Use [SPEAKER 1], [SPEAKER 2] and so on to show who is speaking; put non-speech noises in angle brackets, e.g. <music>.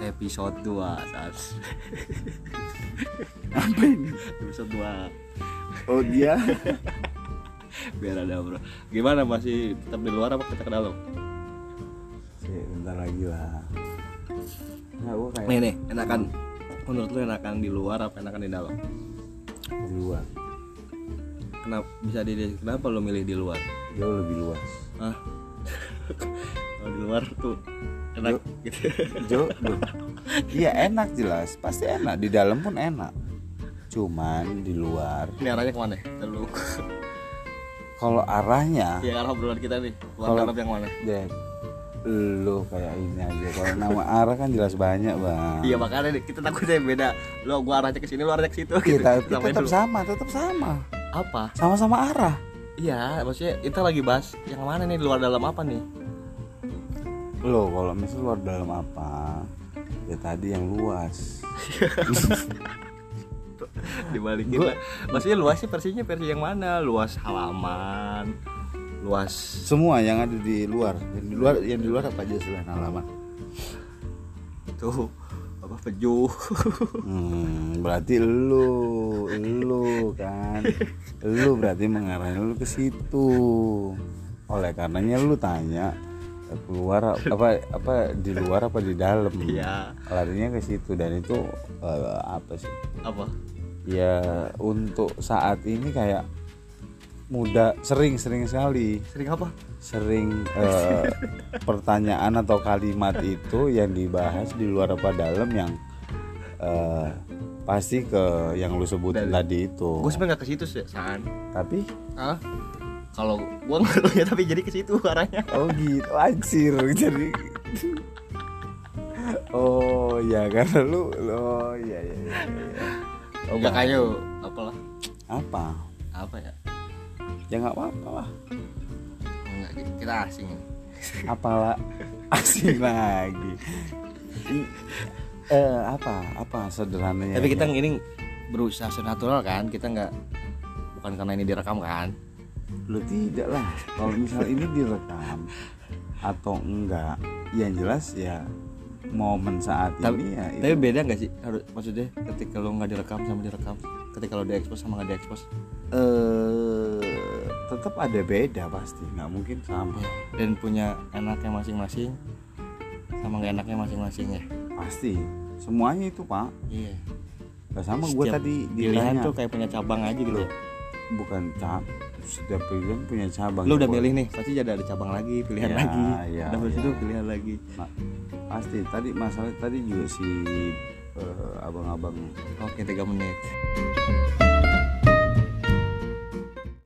[SPEAKER 1] episode 2 Sas
[SPEAKER 2] <laughs> Apa ini?
[SPEAKER 1] Episode 2
[SPEAKER 2] Oh dia
[SPEAKER 1] <laughs> Biar ada bro Gimana masih tetap di luar apa kita ke dalam?
[SPEAKER 2] Sih, bentar lagi lah Nah gue kayak
[SPEAKER 1] Nih nih enakan kan? Menurut lu enakan di luar apa enakan di dalam?
[SPEAKER 2] di luar
[SPEAKER 1] Kenapa bisa di kenapa lu milih di luar?
[SPEAKER 2] Jauh lebih luas <laughs>
[SPEAKER 1] Hah? Kalau di luar tuh enak
[SPEAKER 2] Lu-
[SPEAKER 1] gitu. <laughs>
[SPEAKER 2] Jo, lu- Iya enak jelas Pasti enak Di dalam pun enak Cuman di luar
[SPEAKER 1] Ini arahnya kemana? Ntar Lu
[SPEAKER 2] Kalau arahnya
[SPEAKER 1] ya arah obrolan kita nih. Keluar
[SPEAKER 2] Ah. Kalau-
[SPEAKER 1] dalam yang mana?
[SPEAKER 2] Jack Lu kayak ini aja Kalau nama arah kan jelas banyak bang
[SPEAKER 1] Iya makanya nih, kita takutnya beda. Lo gua arahnya ke sini, lo arahnya ke situ gitu.
[SPEAKER 2] kita
[SPEAKER 1] Samain
[SPEAKER 2] Iya, tetap
[SPEAKER 1] dulu.
[SPEAKER 2] sama, tetap sama,
[SPEAKER 1] apa?
[SPEAKER 2] sama-sama arah.
[SPEAKER 1] Iya, maksudnya kita lagi bahas yang mana nih di luar dalam apa
[SPEAKER 2] <laughs>
[SPEAKER 1] nih?
[SPEAKER 2] Loh, kalau misal luar dalam apa? Ya tadi yang luas.
[SPEAKER 1] Dibalikin lah. Maksudnya luasnya versinya versi yang mana? Luas halaman, luas
[SPEAKER 2] Semua yang ada di luar, yang di luar, yang di luar apa aja selain halaman?
[SPEAKER 1] tuh apa pejuh <laughs>
[SPEAKER 2] Hmm, berarti lu, lu kan, lu berarti mengarahnya lu ke situ. Oleh karenanya lu tanya keluar apa apa di luar apa di dalam?
[SPEAKER 1] Iya.
[SPEAKER 2] Larinya ke situ dan itu eh, apa sih?
[SPEAKER 1] apa?
[SPEAKER 2] ya untuk saat ini kayak muda sering-sering sekali
[SPEAKER 1] Sering apa?
[SPEAKER 2] sering eh, pertanyaan atau kalimat itu yang dibahas di luar apa dalam yang eh, pasti ke yang lu sebutin tadi itu
[SPEAKER 1] Gue sebenarnya nggak ke situ sih, San.
[SPEAKER 2] tapi
[SPEAKER 1] Hah? Kalau gua <laughs> ngeluhnya tapi jadi ke situ arahnya.
[SPEAKER 2] oh gitu anjir <laughs> jadi oh ya karena lu oh ya ya, ya, ya.
[SPEAKER 1] Oh, ya kayak apalah.
[SPEAKER 2] apa
[SPEAKER 1] Apa ya?
[SPEAKER 2] ya nggak apa-apa lah
[SPEAKER 1] Enggak, kita asing.
[SPEAKER 2] apalah <laughs> asing lagi I- eh apa apa sederhananya
[SPEAKER 1] tapi kita ini berusaha senatural kan? Kita nggak bukan karena ini direkam kan?
[SPEAKER 2] lu tidak lah kalau misal ini direkam atau enggak yang jelas ya momen saat
[SPEAKER 1] tapi,
[SPEAKER 2] ini ya itu.
[SPEAKER 1] tapi beda nggak sih harus maksudnya ketika lo nggak direkam sama direkam ketika lo diekspos sama nggak diekspos
[SPEAKER 2] eh tetap ada beda pasti nggak mungkin sama
[SPEAKER 1] dan punya enaknya masing-masing sama nggak enaknya masing-masing ya
[SPEAKER 2] pasti semuanya itu pak
[SPEAKER 1] iya
[SPEAKER 2] Nggak sama gue
[SPEAKER 1] Setiap
[SPEAKER 2] tadi
[SPEAKER 1] pilihan
[SPEAKER 2] ditanya
[SPEAKER 1] tuh kan- kayak punya cabang aja gitu
[SPEAKER 2] Loh. bukan cap setiap pilihan punya cabang
[SPEAKER 1] lo udah
[SPEAKER 2] Oh, Boleh.
[SPEAKER 1] milih nih pasti ada ada cabang lagi pilihan
[SPEAKER 2] Ya,
[SPEAKER 1] lagi
[SPEAKER 2] ya,
[SPEAKER 1] udah habis
[SPEAKER 2] ya.
[SPEAKER 1] itu pilihan lagi
[SPEAKER 2] Ma- Nah, pasti tadi masalah tadi juga si eh, abang-abang
[SPEAKER 1] oke tiga menit